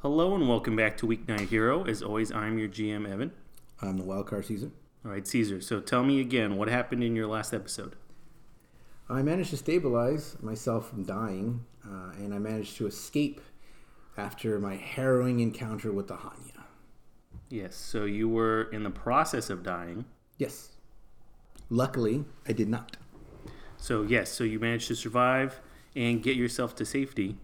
Hello and welcome back to Weeknight Hero. As always, I'm your GM, Evan. I'm um, the wild card Caesar. All right, Caesar, so tell me again what happened in your last episode. I managed to stabilize myself from dying, uh, and I managed to escape after my harrowing encounter with the Hanya. Yes, so you were in the process of dying. Yes. Luckily, I did not. So, yes, so you managed to survive and get yourself to safety.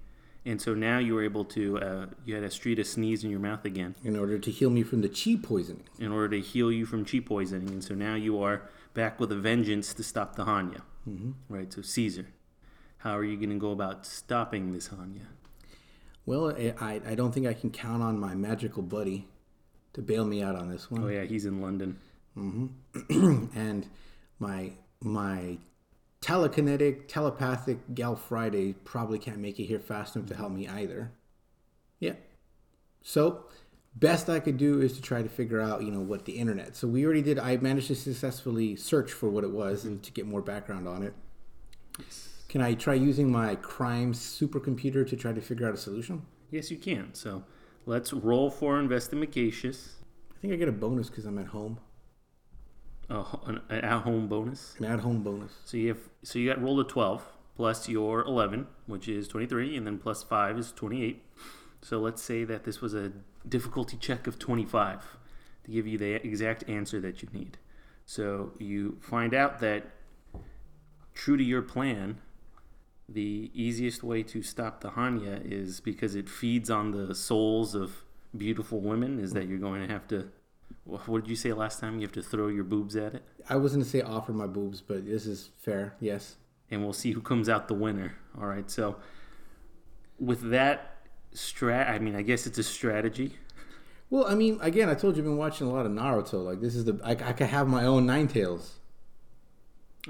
And so now you were able to, uh, you had a street of sneeze in your mouth again In order to heal me from the chi poisoning. in order to heal you from chi poisoning. And so now you are back with a vengeance to stop the Hanya. Mm-hmm. Right, so Caesar, how are you going to go about stopping this Hanya? Well, I, I- I don't think I can count on my magical buddy to bail me out on this one. Oh, yeah, he's in London. and my my telekinetic telepathic gal friday probably can't make it here fast enough to help me either yeah so best i could do is to try to figure out you know what the internet so we already did i managed to successfully search for what it was and to get more background on it can i try using my crime supercomputer to try to figure out a solution Yes, you can. So let's roll for investigatious. i think i get a bonus because i'm at home A, ho- uh, an, an at-home bonus. an at-home bonus So you have so you got rolled a twelve plus your eleven, which is twenty-three, and then plus five is twenty-eight. So let's say that this was a difficulty check of twenty-five to give you the exact answer that you need. So you find out that, true to your plan, the easiest way to stop the Hanya is because it feeds on the souls of beautiful women. Is that you're going to have to. wh- What did you say last time? You have to throw your boobs at it? i was going to say offer my boobs but this is fair yes and we'll see who comes out the winner. All right. So with that strat, I mean, I guess it's a strategy. Well, I mean, again, I told you I've been watching a lot of Naruto. Like this is the I, I could have my own Nine Tails.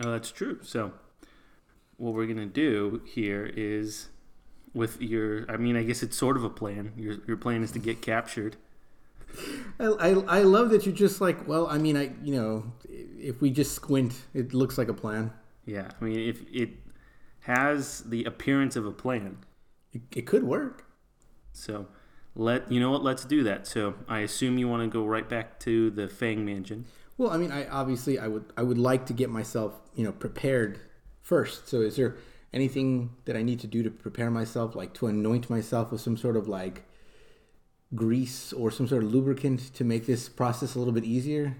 Oh, that's true. So what we're gonna do here is with your, I mean, I guess it's sort of a plan. Your your plan is to get captured. I, I, I love that you just like. Well, I mean, I you know, if we just squint, it looks like a plan. Yeah. I mean, if it has the appearance of a plan, It, it could work. so. Let you know what. Let's do that. So I assume you want to go right back to the Fang Mansion. Well, I mean, I obviously I would I would like to get myself you know prepared first. So is there anything that I need to do to prepare myself, like to anoint myself with some sort of like grease or some sort of lubricant to make this process a little bit easier?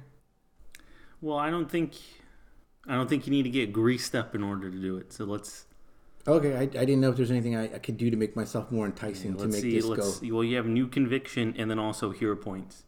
Well, I don't think, I don't think you need to get greased up in order to do it. So let's Okay, I, I didn't know if there's anything I, I could do to make myself more enticing to Let's make see. this let's go. well, you have new conviction and then also hero points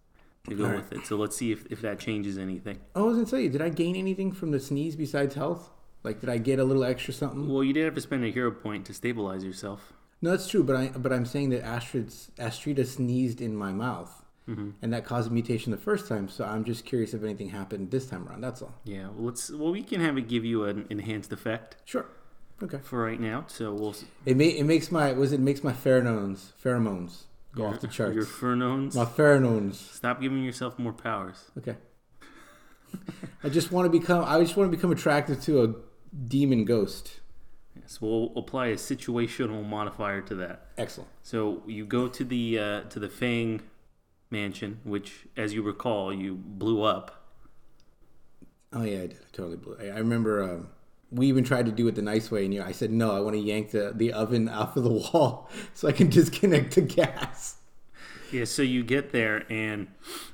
to go All right. with it. So let's see if, if that changes anything. Oh, I was gonna tell you, did I gain anything from the sneeze besides health? Like, did I get a little extra something? Well, you did have to spend a hero point to stabilize yourself. No, that's true, but I but I'm saying that Astrid's Astrida sneezed in my mouth, Mm-hmm. and that caused a mutation the first time. So I'm just curious if anything happened this time around. That's all. Yeah. Well, let's. Well, we can have it give you an enhanced effect Sure. Okay. for right now. So we'll. s- It may, it makes my was it makes my pheromones pheromones go off the charts. Your Fernones. My pheromones. Stop giving yourself more powers. Okay. I just want to become. I just want to become attracted to a demon ghost. Yes. We'll apply a situational modifier to that. Excellent. So you go to the uh, to the Fang mansion, which, as you recall, you blew up. Oh yeah, I did. I totally blew. it. I, I remember um, we even tried to do it the nice way, and you, I said no. I want to yank the the oven off of the wall so I can disconnect the gas. Yeah, so you get there and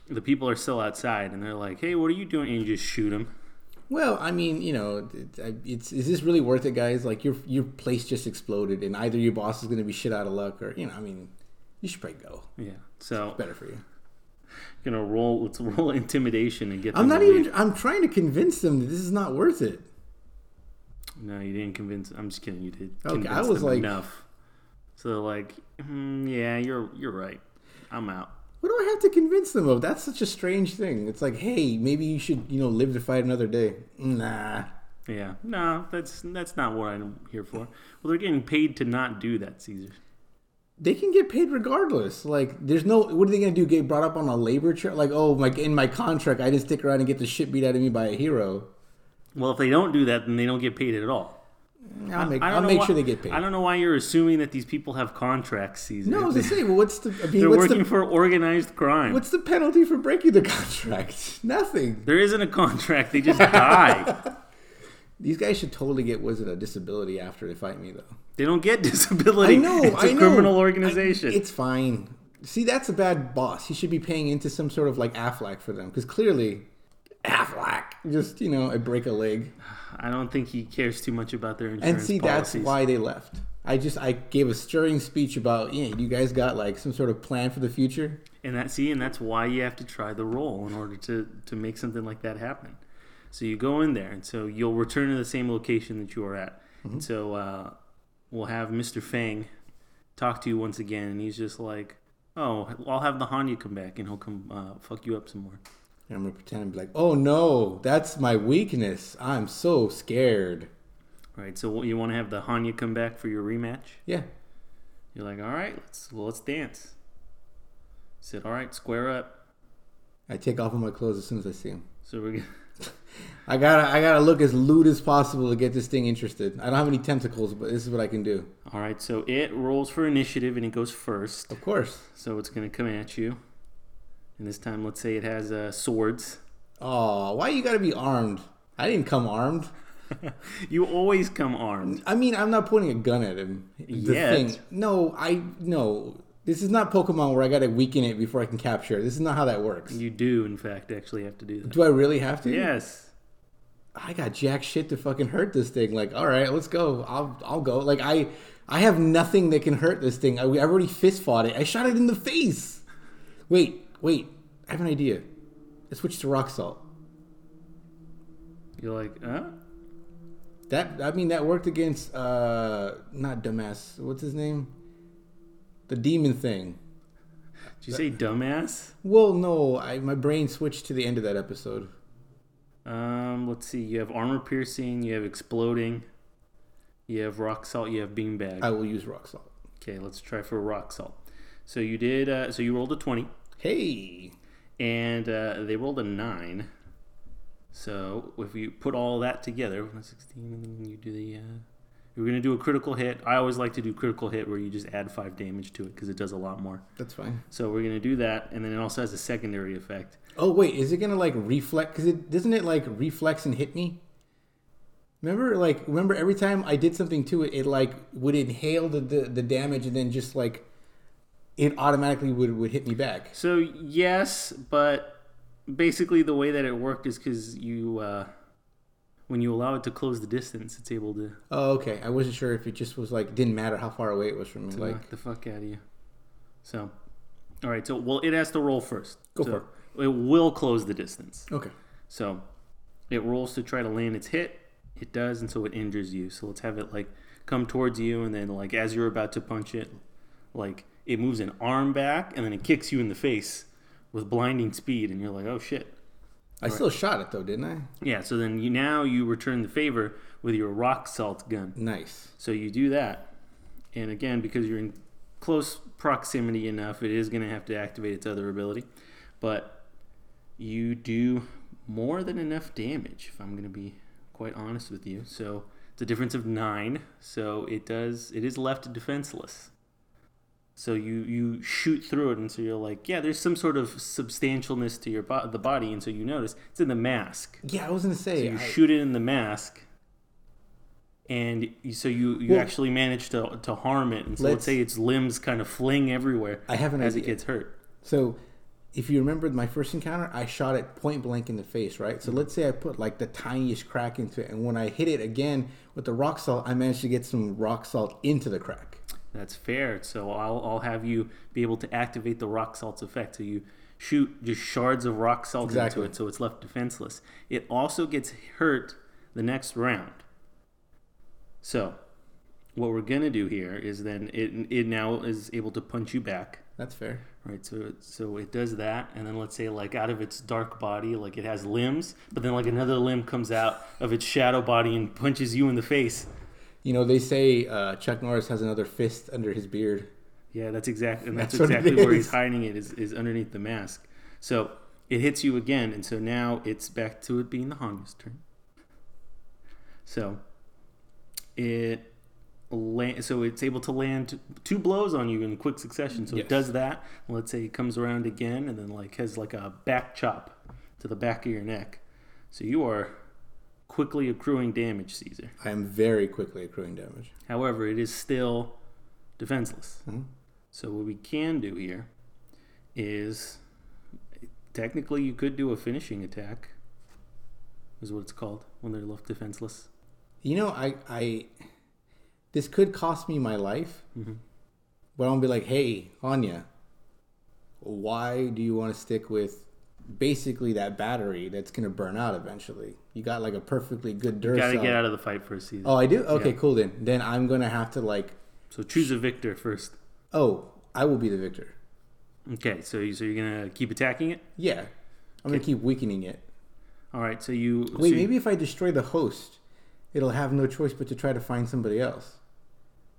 the people are still outside and they're like, "Hey, what are you doing?" And you just shoot them. Well, I mean, you know, it, I- it's is this really worth it, guys? Like your your place just exploded, and either your boss is going to be shit out of luck, or you know, I mean, you should probably go. Yeah. So Better for you. gonna roll. Let's roll intimidation and get. them I'm not to even. leave. I'm trying to convince them that this is not worth it. No, you didn't convince. I'm just kidding. You did. Okay, I convince was them like- enough. So they're like, "Hmm, yeah, you're you're right. I'm out. What do I have to convince them of? That's such a strange thing. It's like, hey, maybe you should, you know, live to fight another day. Nah. Yeah. No, that's that's not what I'm here for. Well, they're getting paid to not do that, Caesar. They can get paid regardless. Like, there's no. What are they gonna do? Get brought up on a labor chart? Like, oh, my in my contract, I didn't stick around and get the shit beat out of me by a hero. Well, if they don't do that, then they don't get paid at all. I'll make, I I'll don't know make why- sure they get paid. I don't know why you're assuming that these people have contracts. Season. no, I was gonna say, well, what's the? I mean, they're what's working the, for organized crime. what's the penalty for breaking the contract? Nothing. There isn't a contract. They just die. These guys should totally get was it a disability after they fight me though. they don't get disability. I know, It's a I know. criminal organization. It's fine. See, that's a bad boss. He should be paying into some sort of like Aflac for them because clearly, Aflac just you know I break a leg I don't think he cares too much about their insurance and see policies. that's why they left. I just I gave a stirring speech about yeah you guys got like some sort of plan for the future. and that see, and that's why you have to try the role in order to to make something like that happen. So you go in there, and so you'll return to the same location that you were at. And so uh, we'll have Mister Fang talk to you once again, and he's just like, "Oh, I'll have the Hanya come back, and he'll come uh, fuck you up some more." And I'm gonna pretend and be like oh no that's my weakness. I'm so scared. Right. So what- you want to have the Hanya come back for your rematch? Yeah. You're like, all right, let's well, let's dance. Said, all right, square up. I take off all my clothes as soon as I see him. So we're gonna, I gotta, I gotta look as lewd as possible to get this thing interested. I don't have any tentacles, but this is what I can do. all right. So it rolls for initiative and it goes first. Of course. So it's gonna come at you. And this time, let's say it has uh, swords. Oh, why you gotta be armed? I didn't come armed. you always come armed. I mean, I'm not pointing a gun at him. The Yet. No, I no. This is not Pokemon where I gotta weaken it before I can capture it. This is not how that works. You do, in fact, actually have to do that. Do I really have to? Yes. I got jack shit to fucking hurt this thing. Like, all right, let's go. I'll, I'll go. Like, I, I have nothing that can hurt this thing. I, I already fist fought it. I shot it in the face. Wait, wait. I have an idea. Let's switch to rock salt. You're like, huh? That I mean, that worked against uh, not dumbass. What's his name? The demon thing. Did you say dumbass? Well, no, I my brain switched to the end of that episode. Um, let's see. You have armor piercing. You have exploding. You have rock salt. You have beanbag. I will use rock salt. Okay, let's try for rock salt. So you did. Uh, so you rolled a twenty, Hey, and uh, they rolled a nine. So if you put all that together, one, sixteen, and then you do the. Uh, you're gonna do a critical hit. I always like to do critical hit where you just add five damage to it because it does a lot more. that's fine. So we're gonna do that, and then it also has a secondary effect. Oh wait, is it gonna like reflect? Cause it doesn't it like reflex and hit me. Remember, like remember every time I did something to it, it like would inhale the the, the damage and then just like it automatically would would hit me back. So yes, but basically the way that it worked is because you, uh, when you allow it to close the distance, it's able to Oh okay, I wasn't sure if it just was like didn't matter how far away it was from me. Like knock the fuck out of you. So, all right. So, well, it has to roll first. Go so for it. will close the distance. okay, So, it rolls to try to land its hit. It does, and so it injures you. So let's have it like come towards you, and then like as you're about to punch it, like it moves an arm back, and then it kicks you in the face with blinding speed, and you're like, oh shit. I still shot it though, didn't I? Yeah. So then you now you return the favor with your rock salt gun. Nice. So you do that, and again, because you're in close proximity enough, it is going to have to activate its other ability. But you do more than enough damage, if I'm going to be quite honest with you. So it's a difference of nine. So it does. It is left defenseless. So you you shoot through it, and so you're like, yeah, there's some sort of substantialness to your bo- the body, and so you notice it's in the mask. Yeah, I was gonna say. You I- shoot it in the mask, and you, so you you Well- actually manage to to harm it. And so let's, Let's- say its limbs kind of fling everywhere I have an as it idea. gets hurt. So, if you remember my first encounter, I shot it point blank in the face, right? So let's say I put like the tiniest crack into it, and when I hit it again with the rock salt, I managed to get some rock salt into the crack. That's fair. So I'll I'll have you be able to activate the rock salt's effect. So you shoot just shards of rock salt Exactly. into it, so it's left defenseless. It also gets hurt the next round. So what we're gonna do here is then it it now is able to punch you back. That's fair. Right, so it, so it does that, and then let's say like out of its dark body, like it has limbs, but then like another limb comes out of its shadow body and punches you in the face. You know, they say uh, Chuck Norris has another fist under his beard. Yeah, that's exactly, and that's, That's what it exactly where is. he's hiding it is, is underneath the mask. So it hits you again, and so now it's back to it being the Hanya's turn. So It land, so it's able to land two blows on you in quick succession. So Yes. it does that. Let's say it comes around again and then like has like a back chop to the back of your neck. So you are quickly accruing damage, Caesar. I am very quickly accruing damage. However, it is still defenseless. Mm-hmm. So what we can do here is technically you could do a finishing attack is what it's called when they're left defenseless. You know, I, I, this could cost me my life, Mm-hmm. but I'm gonna be like, hey, Anya, why do you want to stick with basically that battery that's gonna burn out eventually? You got like a perfectly good Duracell. Got to get out of the fight for a season. oh, I do. Okay, cool then. Then I'm gonna have to like, So choose a victor first. oh, I will be the victor. Okay, so you, so you're gonna keep attacking it. Yeah, I'm gonna keep weakening it. All right, so you so Wait, you- maybe if I destroy the host, it'll have no choice but to try to find somebody else.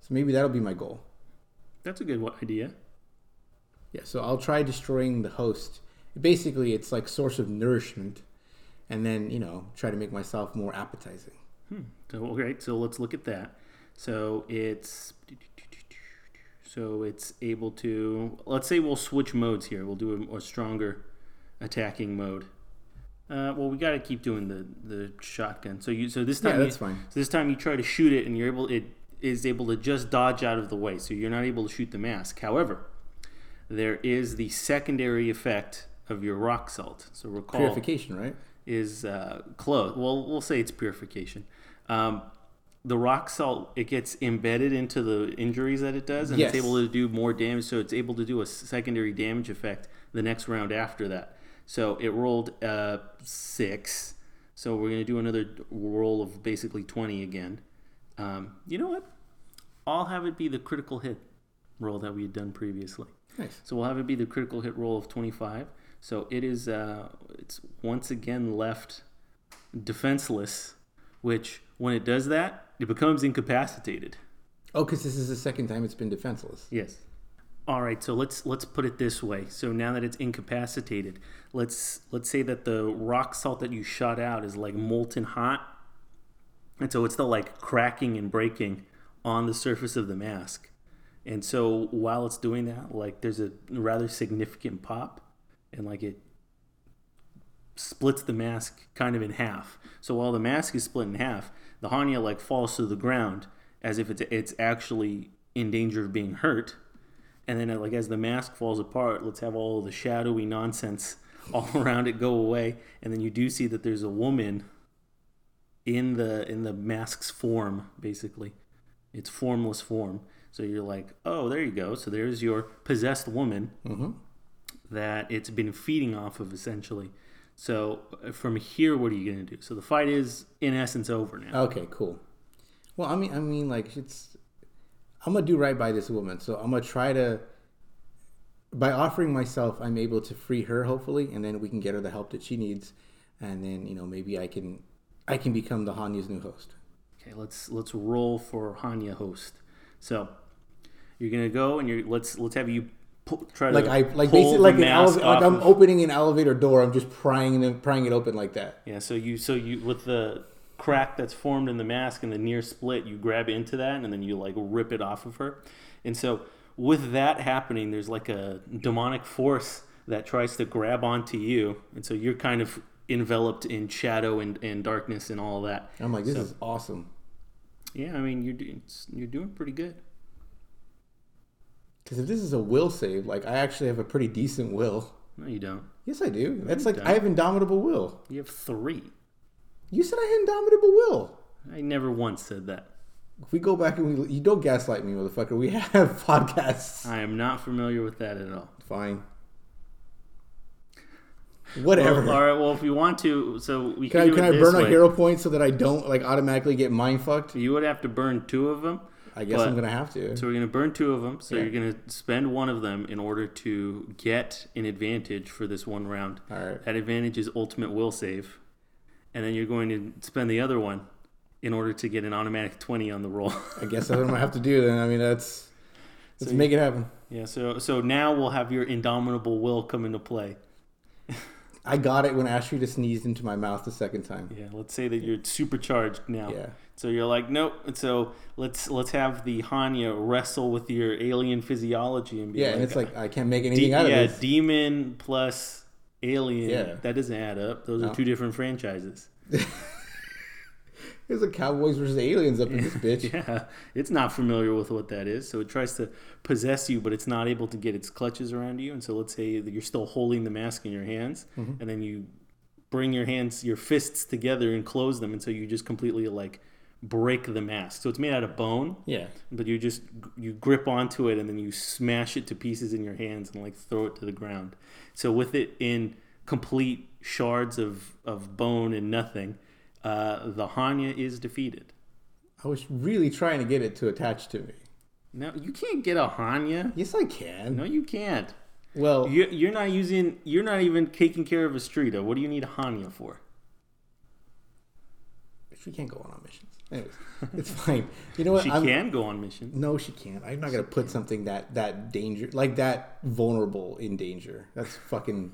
So maybe that'll be my goal. that's a good wa- idea. Yeah, so I'll try destroying the host. Basically, it's like source of nourishment, and then you know try to make myself more appetizing. So all right, so let's look at that. So it's so it's able to. Let's say we'll switch modes here. We'll do a, a stronger attacking mode. Uh, well, we got to keep doing the the shotgun. So you so this Yeah, time that's you- fine. So this time you try to shoot it, and you're able it is able to just dodge out of the way. So you're not able to shoot the mask. However, there is the secondary effect of your rock salt. So recall Purification, right? is uh, close. Well, we'll say it's purification. Um, the rock salt it gets embedded into the injuries that it does, and Yes. it's able to do more damage. So it's able to do a secondary damage effect the next round after that. So it rolled uh, six. So we're gonna do another roll of basically twenty again. Um, you know what? I'll have it be the critical hit roll that we had done previously. Nice. So we'll have it be the critical hit roll of 25. So it is, uh, it's once again left defenseless, which when it does that, it becomes incapacitated. Oh, because this is the second time it's been defenseless. Yes. All right, so let's let's put it this way. So now that it's incapacitated, let's let's say that the rock salt that you shot out is like molten hot, and so it's still like cracking and breaking on the surface of the mask. And so while it's doing that, like there's a rather significant pop, and like it splits the mask kind of in half. So while the mask is split in half, the Hanya like falls to the ground as if it's it's actually in danger of being hurt. And then like as the mask falls apart, let's have all the shadowy nonsense all around it go away. And then you do see that there's a woman in the in the mask's form, basically. It's formless form. So you're like, oh, there you go. So there's your possessed woman Mm-hmm. that it's been feeding off of essentially. So uh, from here, what are you going to do? So the fight is in essence over now. Okay, cool. Well, I mean, I mean, like it's, I'm gonna do right by this woman, so I'm gonna try to. By offering myself, I'm able to free her, hopefully, and then we can get her the help that she needs, and then you know maybe I can, I can become the Hanya's new host. Okay, let's let's roll for Hanya host. So you're going to go and you're let's let's have you pull, try Like to I like pull basically the like an mask elev- off like I'm of- opening an elevator door. I'm just prying them, prying it open like that. Yeah, so you so you with the crack that's formed in the mask and the near split, you grab into that and then you like rip it off of her. And so with that happening, there's like a demonic force that tries to grab onto you, and so you're kind of enveloped in shadow and, and darkness and all that. I'm like, this is awesome Yeah, I mean you're doing you're doing pretty good. because if this is a will save, like I actually have a pretty decent will. No, you don't. Yes, I do. That's like I have indomitable will. You have three. You said I had indomitable will. I never once said that. If we go back and we, you don't gaslight me, motherfucker. We have podcasts. I am not familiar with that at all. Fine. Whatever. Well, all right. Well, if you want to, so we can, can I, do can it I this burn a way. hero point so that I don't like automatically get mind fucked? You would have to burn two of them. I guess But- I'm gonna have to. So we're going to burn two of them. So Yeah. you're going to spend one of them in order to get an advantage for this one round. All right. That advantage is ultimate will save. And then you're going to spend the other one in order to get an automatic 20 on the roll. I guess that's what I'm gonna have to do. Then I mean, that's let's make it happen. yeah, so so now we'll have your indomitable will come into play. I got it when Ashita sneezed into my mouth the second time. Yeah, let's say that you're supercharged now. Yeah. So you're like, nope. And so let's let's have the Hanya wrestle with your alien physiology and be Yeah, like, and it's like I can't make de- anything out of yeah, this. demon plus alien. Yeah. That doesn't add up. Those No. are two different franchises. There's a Cowboys versus aliens up in this bitch. Yeah, it's not familiar with what that is, so it tries to possess you, but it's not able to get its clutches around you. And so, let's say that you're still holding the mask in your hands, and then you bring your hands, your fists together, and close them, and so you just completely like break the mask. So it's made out of bone, Yeah. but you just you grip onto it, and then you smash it to pieces in your hands, and like throw it to the ground. So with it in complete shards of of bone and nothing, uh, the Hanya is defeated. I was really trying to get it to attach to me. No, you can't get a Hanya. Yes, I can. No, you can't. Well, You're, you're not using. You're not even taking care of Estrida. What do you need a Hanya for? she can't go on missions. Anyways, it's fine. You know what? She I'm- can go on missions. No, she can't. I'm not gonna put something that that danger, like that vulnerable, in danger. That's fucking.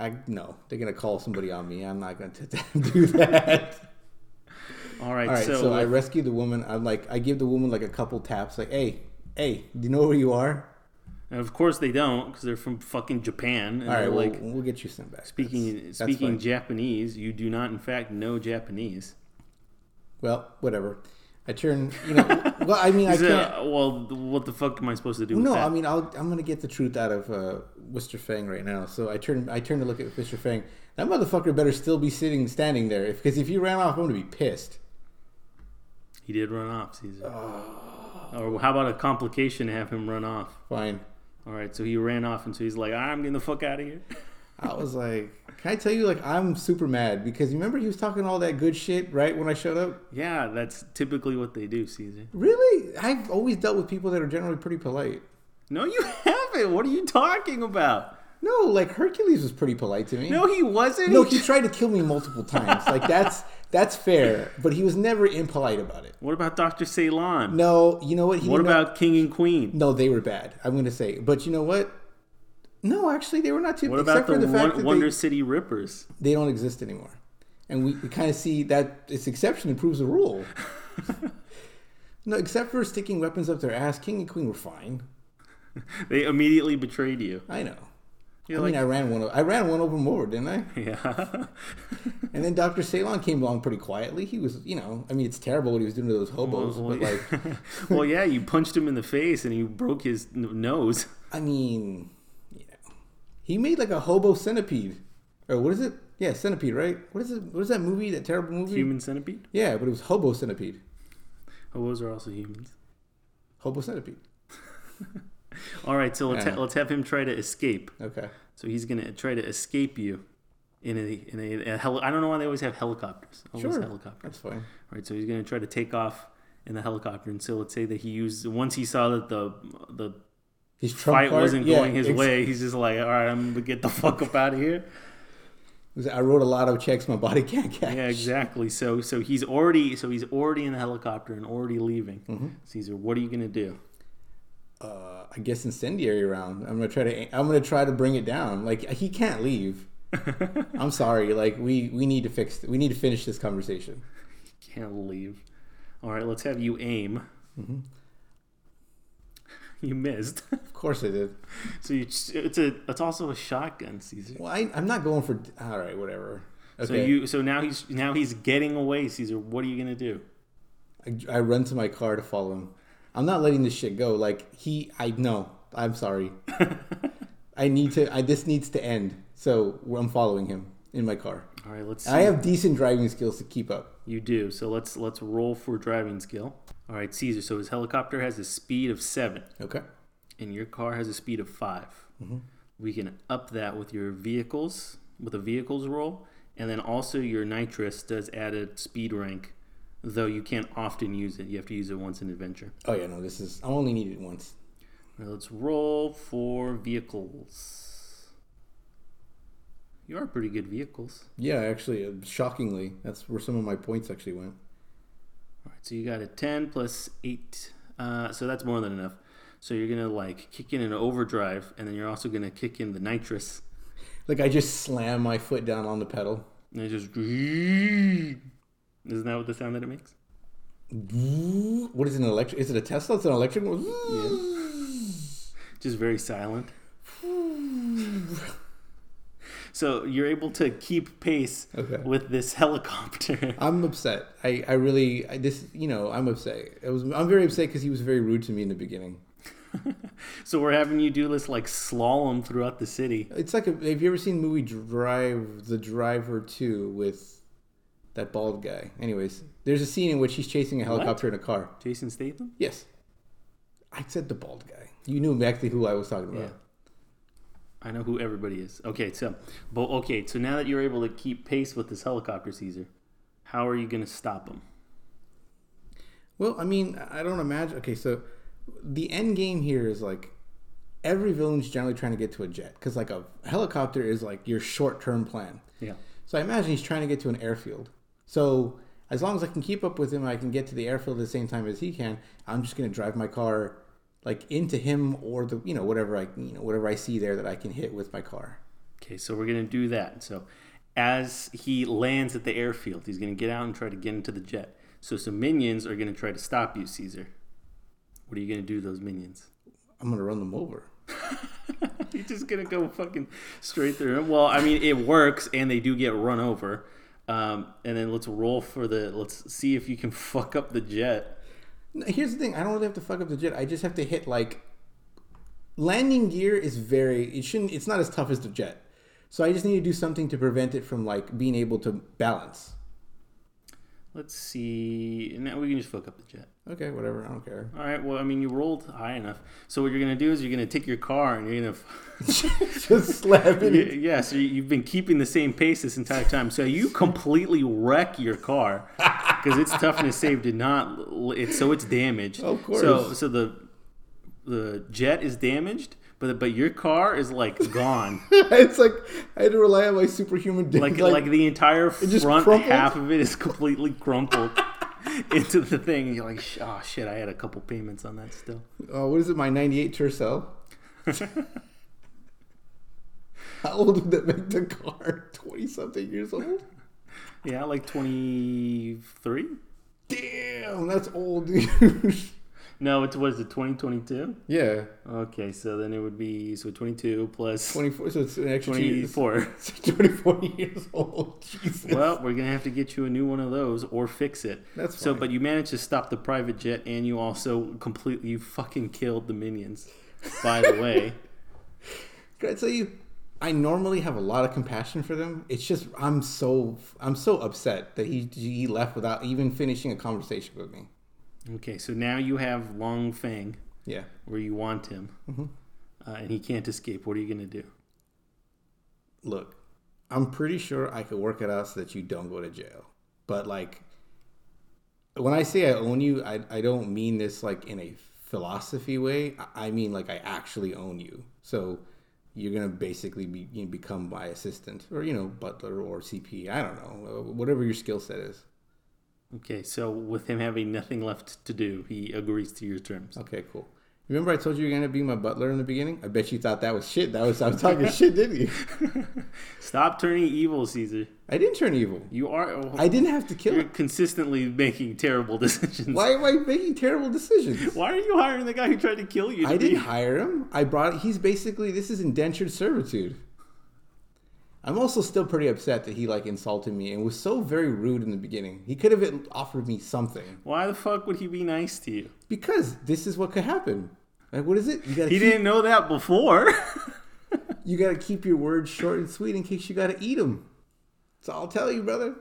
I no, they're gonna call somebody on me. I'm not gonna t- do that. All right. All right, so, so, I rescue the woman. I'm like, I give the woman like a couple taps, like, hey, hey, do you know where you are? and of course they don't because they're from fucking Japan. And All right, they're well, like we'll get you sent back. speaking That's- that's speaking fine. Japanese. You do not, in fact, know Japanese. well, whatever. I turn. You know. well, I mean, I So, can't. well, what the fuck am I supposed to do? No, with that? I mean, I'll, I'm gonna get the truth out of uh, Mr. Fang right now. So I turn, I turn to look at Mr. Fang. That motherfucker better still be sitting, standing there, because if, you ran off, I'm gonna be pissed. he did run off, Caesar. Oh. Or how about a complication to have him run off? Fine. All right, so he ran off, and so he's like, "I'm getting the fuck out of here." I was like, can I tell you, like, I'm super mad because you remember he was talking all that good shit right when I showed up. Yeah, that's typically what they do, Caesar. Really, I've always dealt with people that are generally pretty polite. No, you haven't. What are you talking about? No, like Hercules was pretty polite to me. No, he wasn't. no, he tried to kill me multiple times. Like that's that's fair, but he was never impolite about it. What about Dr. Ceylon? No, you know what? He what didn't know- about King and Queen? No, they were bad. I'm going to say, but you know what? No, actually, they were not too. What except about the, for the fact Won- that Wonder City Rippers? they, they don't exist anymore, and we, we kind of see that it's exception that proves the rule. no, except for sticking weapons up their ass, king and queen were fine. They immediately betrayed you. I know. You're I like, mean, I ran one. o- I ran one over more, didn't I? yeah. And then Doctor Ceylon came along pretty quietly. He was, you know, I mean, it's terrible what he was doing to those hobos, but like, well, yeah, you punched him in the face and you broke his n- nose. I mean, you know, he made like a hobo centipede, or what is it? Yeah, centipede, right? What is it? What is that movie? That terrible movie? Human centipede? Yeah, but it was hobo centipede. Hobos are also humans. Hobo centipede. All right, so let's, Yeah. ha- let's have him try to escape. Okay. So he's going to try to escape you in a, in a, a heli- I don't know why they always have helicopters. Always Sure. helicopters. That's fine. All right, so he's going to try to take off in the helicopter, and so let's say that he used once he saw that the the His trump fight card- wasn't yeah, going his ex- way, he's just like, all right, I'm gonna get the fuck up out of here. was- I wrote a lot of checks my body can't cash. Yeah, exactly. So so he's already so he's already in the helicopter and already leaving. Mm-hmm. Caesar, what are you gonna do? Uh, I guess incendiary round. I'm gonna try to. I'm gonna try to bring it down. Like he can't leave. I'm sorry. Like we we need to fix. We need to finish this conversation. Can't leave. All right, let's have you aim. Mm-hmm. You missed. Of course I did. so you, it's a it's also a shotgun, Caesar. Well, I, I'm not going for. All right, whatever. Okay. So you so now he's now he's getting away, Caesar. What are you gonna do? I, I run to my car to follow him. I'm not letting this shit go. Like he, I know. I'm sorry. I need to. I this needs to end. So I'm following him in my car. All right, let's. See. I have decent driving skills to keep up. You do. So let's let's roll for driving skill. All right, Caesar. So his helicopter has a speed of seven, Okay. and your car has a speed of 5 We can up that with your vehicles with a vehicles roll, and then also your nitrous does add a speed rank, though you can't often use it. You have to use it once in adventure. Oh yeah, no. This is. I only need it once. All right, let's roll for vehicles. You are pretty good vehicles. Yeah, actually, uh, shockingly, that's where some of my points actually went. All right, so you got a 10 plus 8. Uh, so that's more than enough. So you're going to like kick in an overdrive and then you're also going to kick in the nitrous. Like I just slam my foot down on the pedal. And it just. Isn't that what the sound that it makes? What is it, an electric? Is it a Tesla? It's an electric one. Just very silent. So you're able to keep pace Okay. with this helicopter. I'm upset. I, I really I, this you know I'm upset. I was I'm very upset because he was very rude to me in the beginning. So we're having you do this like slalom throughout the city. It's like a, have you ever seen the movie Drive the Driver Two with that bald guy? Anyways, there's a scene in which he's chasing a helicopter in a car. Jason Statham? Yes, I said the bald guy. You knew exactly who I was talking about. I know who everybody is. Okay, so but okay, so now that you're able to keep pace with this helicopter, Caesar, how are you going to stop him? Well, I mean, I don't imagine. Okay, so the end game here is like every villain's generally trying to get to a jet because like a helicopter is like your short term plan. Yeah. So I imagine he's trying to get to an airfield. So as long as I can keep up with him, I can get to the airfield at the same time as he can. I'm just gonna drive my car like into him or the you know whatever I you know whatever I see there that I can hit with my car. Okay, so we're going to do that. So as he lands at the airfield, he's going to get out and try to get into the jet. So some minions are going to try to stop you, Caesar. What are you going to do to those minions? I'm gonna run them over. You're just gonna go fucking straight through. Well, I mean, it works, and they do get run over. Um, and then let's roll for the. Let's see if you can fuck up the jet. No, Here's the thing: I don't really have to fuck up the jet. I just have to hit like landing gear is very. It shouldn't. It's not as tough as the jet. So I just need to do something to prevent it from like being able to balance. Let's see. Now we can just fuck up the jet. Okay, whatever. I don't care. All right. Well, I mean, you rolled high enough. So what you're gonna do is you're gonna take your car and you're gonna. just slap Y- it. yeah. So you've been keeping the same pace this entire time. So you completely wreck your car because its toughness save did not. l- It's so it's damaged. Of course. So so the the jet is damaged, but but your car is like gone. it's like I had to rely on my superhuman. like, Like, like the entire just front crumpled? half of it is completely crumpled into the thing. And you're like, "Sh- oh shit, I had a couple payments on that still. uh, what is it? My '98 Tercel. How old did that make the car? Twenty something years old. Yeah, like twenty three. Damn, that's old, dude. No, it was it twenty twenty two. yeah, Okay, so then it would be so twenty two plus twenty four. So it's an extra two twenty years. four. 24 years old. Jesus. Well, we're gonna have to get you a new one of those or fix it. That's so. fine. But you managed to stop the private jet, and you also completely you fucking killed the minions. By the way, Can I tell you, I normally have a lot of compassion for them. It's just I'm so I'm so upset that he he left without even finishing a conversation with me. okay. So now you have Long Fang. Yeah. where you want him, Mm-hmm. uh, and he can't escape. What are you going to do? Look, I'm pretty sure I could work it out so that you don't go to jail. But like when I say I own you, I I don't mean this like in a philosophy way. I, I mean like I actually own you. So you're gonna basically be you know, become my assistant or you know butler or CP. I don't know whatever your skill set is. Okay, so with him having nothing left to do, he agrees to your terms. Okay, cool. Remember I told you you're gonna be my butler in the beginning? I bet you thought that was shit. That was I was talking shit, didn't you? Stop turning evil, Caesar. I didn't turn evil. You are oh, I didn't have to kill you're him. consistently making terrible decisions. Why am I making terrible decisions? Why are you hiring the guy who tried to kill you? I to be- didn't hire him. I brought. He's basically this is indentured servitude. I'm also still pretty upset that he like insulted me and was so very rude in the beginning. He could have offered me something Why the fuck would he be nice to you? because this is what could happen. Like what is it? You gotta He keep, didn't know that before. you gotta keep your words short and sweet in case you gotta eat them. So I'll tell you, brother.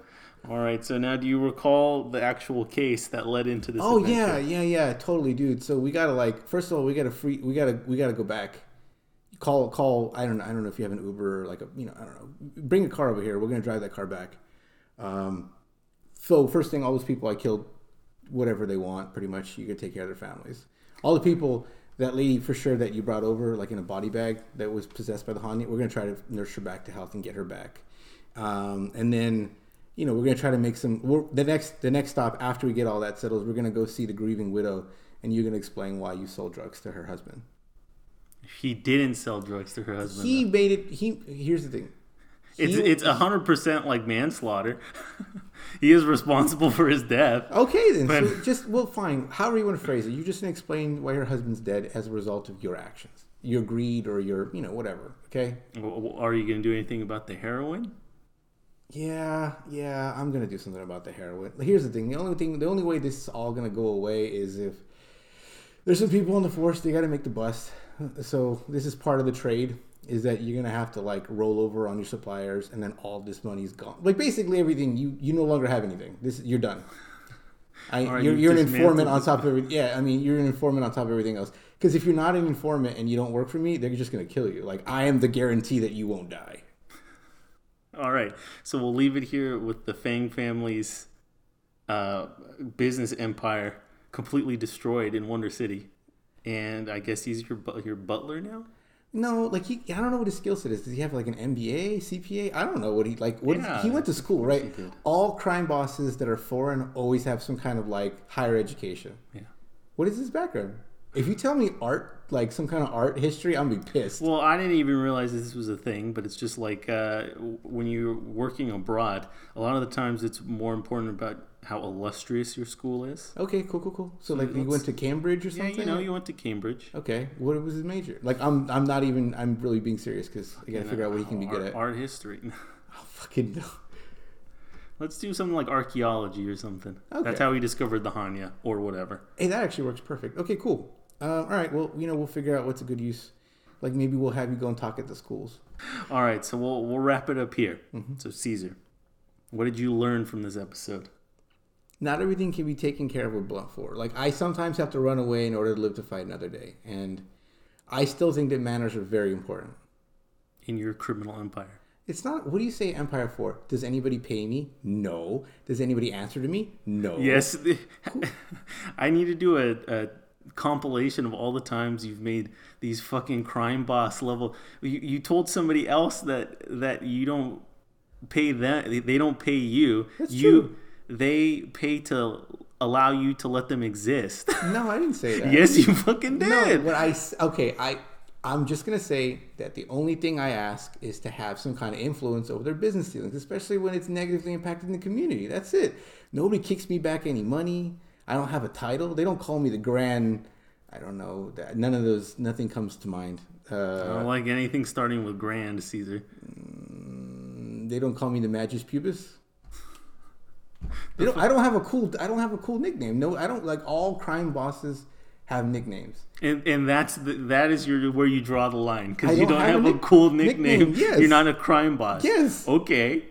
All right, so now do you recall the actual case that led into this? Oh adventure? yeah, yeah, yeah, totally, dude. So we gotta like, first of all, we gotta free, we gotta, we gotta go back. Call, call. I don't, I don't know if you have an Uber or like a, you know, I don't know. Bring a car over here. We're gonna drive that car back. Um, so first thing, all those people I killed, whatever they want, pretty much. You can take care of their families. All the people, that lady for sure that you brought over, like in a body bag that was possessed by the Hanya, we're gonna try to nurse her back to health and get her back. Um, and then, you know, we're gonna try to make some. We're, the next, the next stop after we get all that settled, we're gonna go see the grieving widow, and you're gonna explain why you sold drugs to her husband. He didn't sell drugs to her husband. He made it. He here's the thing. It's it's hundred percent like manslaughter. he is responsible for his death. Okay, then. so just, well, fine. However you want to phrase it, you just explain why your husband's dead as a result of your actions, your greed or your, you know, whatever. Okay? W- w- Are you going to do anything about the heroin? Yeah, yeah, I'm gonna do something about the heroin. Here's the thing: the only thing, the only way this is all gonna go away is if there's some people on the force. They gotta make the bust. So this is part of the trade: is that you're gonna have to like roll over on your suppliers, and then all this money's gone. Like basically everything. You you no longer have anything. This you're done. I, right, you're, you've you're an dismantled informant on the- top of everything. Yeah, I mean, you're an informant on top of everything else. Because if you're not an informant and you don't work for me, they're just gonna kill you. Like I am the guarantee that you won't die. All right, so we'll leave it here with the Fang family's uh, business empire completely destroyed in Wonder City, and I guess he's your bu- your butler now. No, like he, I don't know what his skill set is. Does he have like an MBA, CPA? I don't know what he like. What Yeah, he went to school, right? did. All crime bosses that are foreign always have some kind of like higher education. Yeah. What is his background? If you tell me art, like some kind of art history, I'm gonna be pissed. Well, I didn't even realize this was a thing, but it's just like uh, w- when you're working abroad, a lot of the times it's more important about how illustrious your school is. Okay, cool, cool, cool. So like he went to Cambridge or Yeah, something. you know, you went to Cambridge. okay, what was his major? Like I'm, I'm not even. I'm really being serious because I gotta figure out what he can be art, good at. Art history. Oh, fucking no. Let's do something like archaeology or something. That's Okay. how he discovered the Hanya or whatever. Hey, that actually works perfect. Okay, cool. Um, all right, well, you know, we'll figure out what's a good use. Like maybe we'll have you go and talk at the schools. All right, so we'll we'll wrap it up here. Mm-hmm. So Caesar, what did you learn from this episode? Not everything can be taken care of with blunt force. Like I sometimes have to run away in order to live to fight another day, and I still think that manners are very important. in your criminal empire. It's not. What do you say empire for? Does anybody pay me? No. Does anybody answer to me? No. Yes, the- I need to do a, a compilation of all the times you've made these fucking crime boss level. You, you told somebody else that that you don't pay them, they don't pay you. That's you they pay to allow you to let them exist. No, I didn't say that. yes, you fucking No, did. what I s- okay, I I'm just gonna say that the only thing I ask is to have some kind of influence over their business dealings, especially when it's negatively impacting the community. That's it. Nobody kicks me back any money. I don't have a title. They don't call me the grand. I don't know. that- None of those. Nothing comes to mind. I Uh, don't like anything starting with grand, Caesar. they don't call me the Magus Pubis. They don't, I don't have a cool. I don't have a cool nickname. No, I don't like all crime bosses have nicknames. And, and that's the, that is your where you draw the line I because you don't don't have have, a a, nick- cool nickname. nickname, yes. You're not a crime boss. Yes. Okay.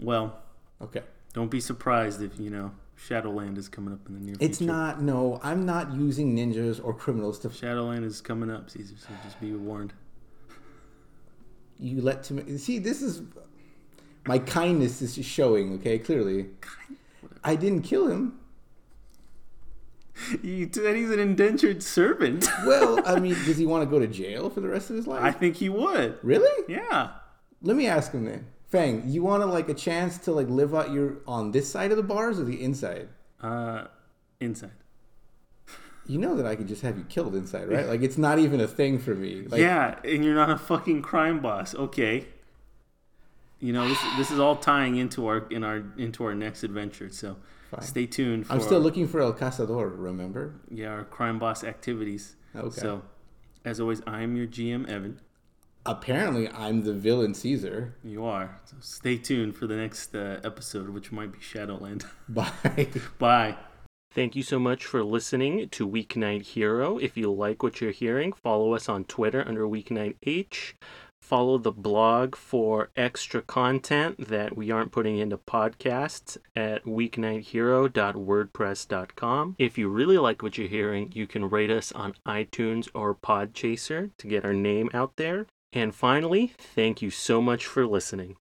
Well, Okay. don't be surprised if you know Shadowland is coming up in the near future. It's not. No, I'm not using ninjas or criminals to. Shadowland is coming up, Caesar. So just be warned. You let to see. This is my kindness is showing. Okay, clearly, I didn't kill him. You said he's an indentured servant. Well, I mean, does he want to go to jail for the rest of his I life? think he would. Really? Yeah. Let me ask him then. Fang, you want to like a chance to like live out your on this side of the bars or the inside? Uh, inside. You know that I could just have you killed inside, right? Like it's not even a thing for me. Like, yeah, and you're not a fucking crime boss. Okay. You know this. This is all tying into our in our into our next adventure. So stay tuned. For I'm still looking for El Cazador. Remember? yeah, our crime boss activities. Okay. So, as always, I'm your GM, Evan. Apparently, I'm the villain Caesar. You are. So stay tuned for the next uh, episode, which might be Shadowland. Bye. Bye. Thank you so much for listening to Weeknight Hero. If you like what you're hearing, follow us on Twitter under Weeknight H. Follow the blog for extra content that we aren't putting into podcasts at weeknighthero.wordpress.com. If you really like what you're hearing, you can rate us on iTunes or Podchaser to get our name out there. And finally, thank you so much for listening.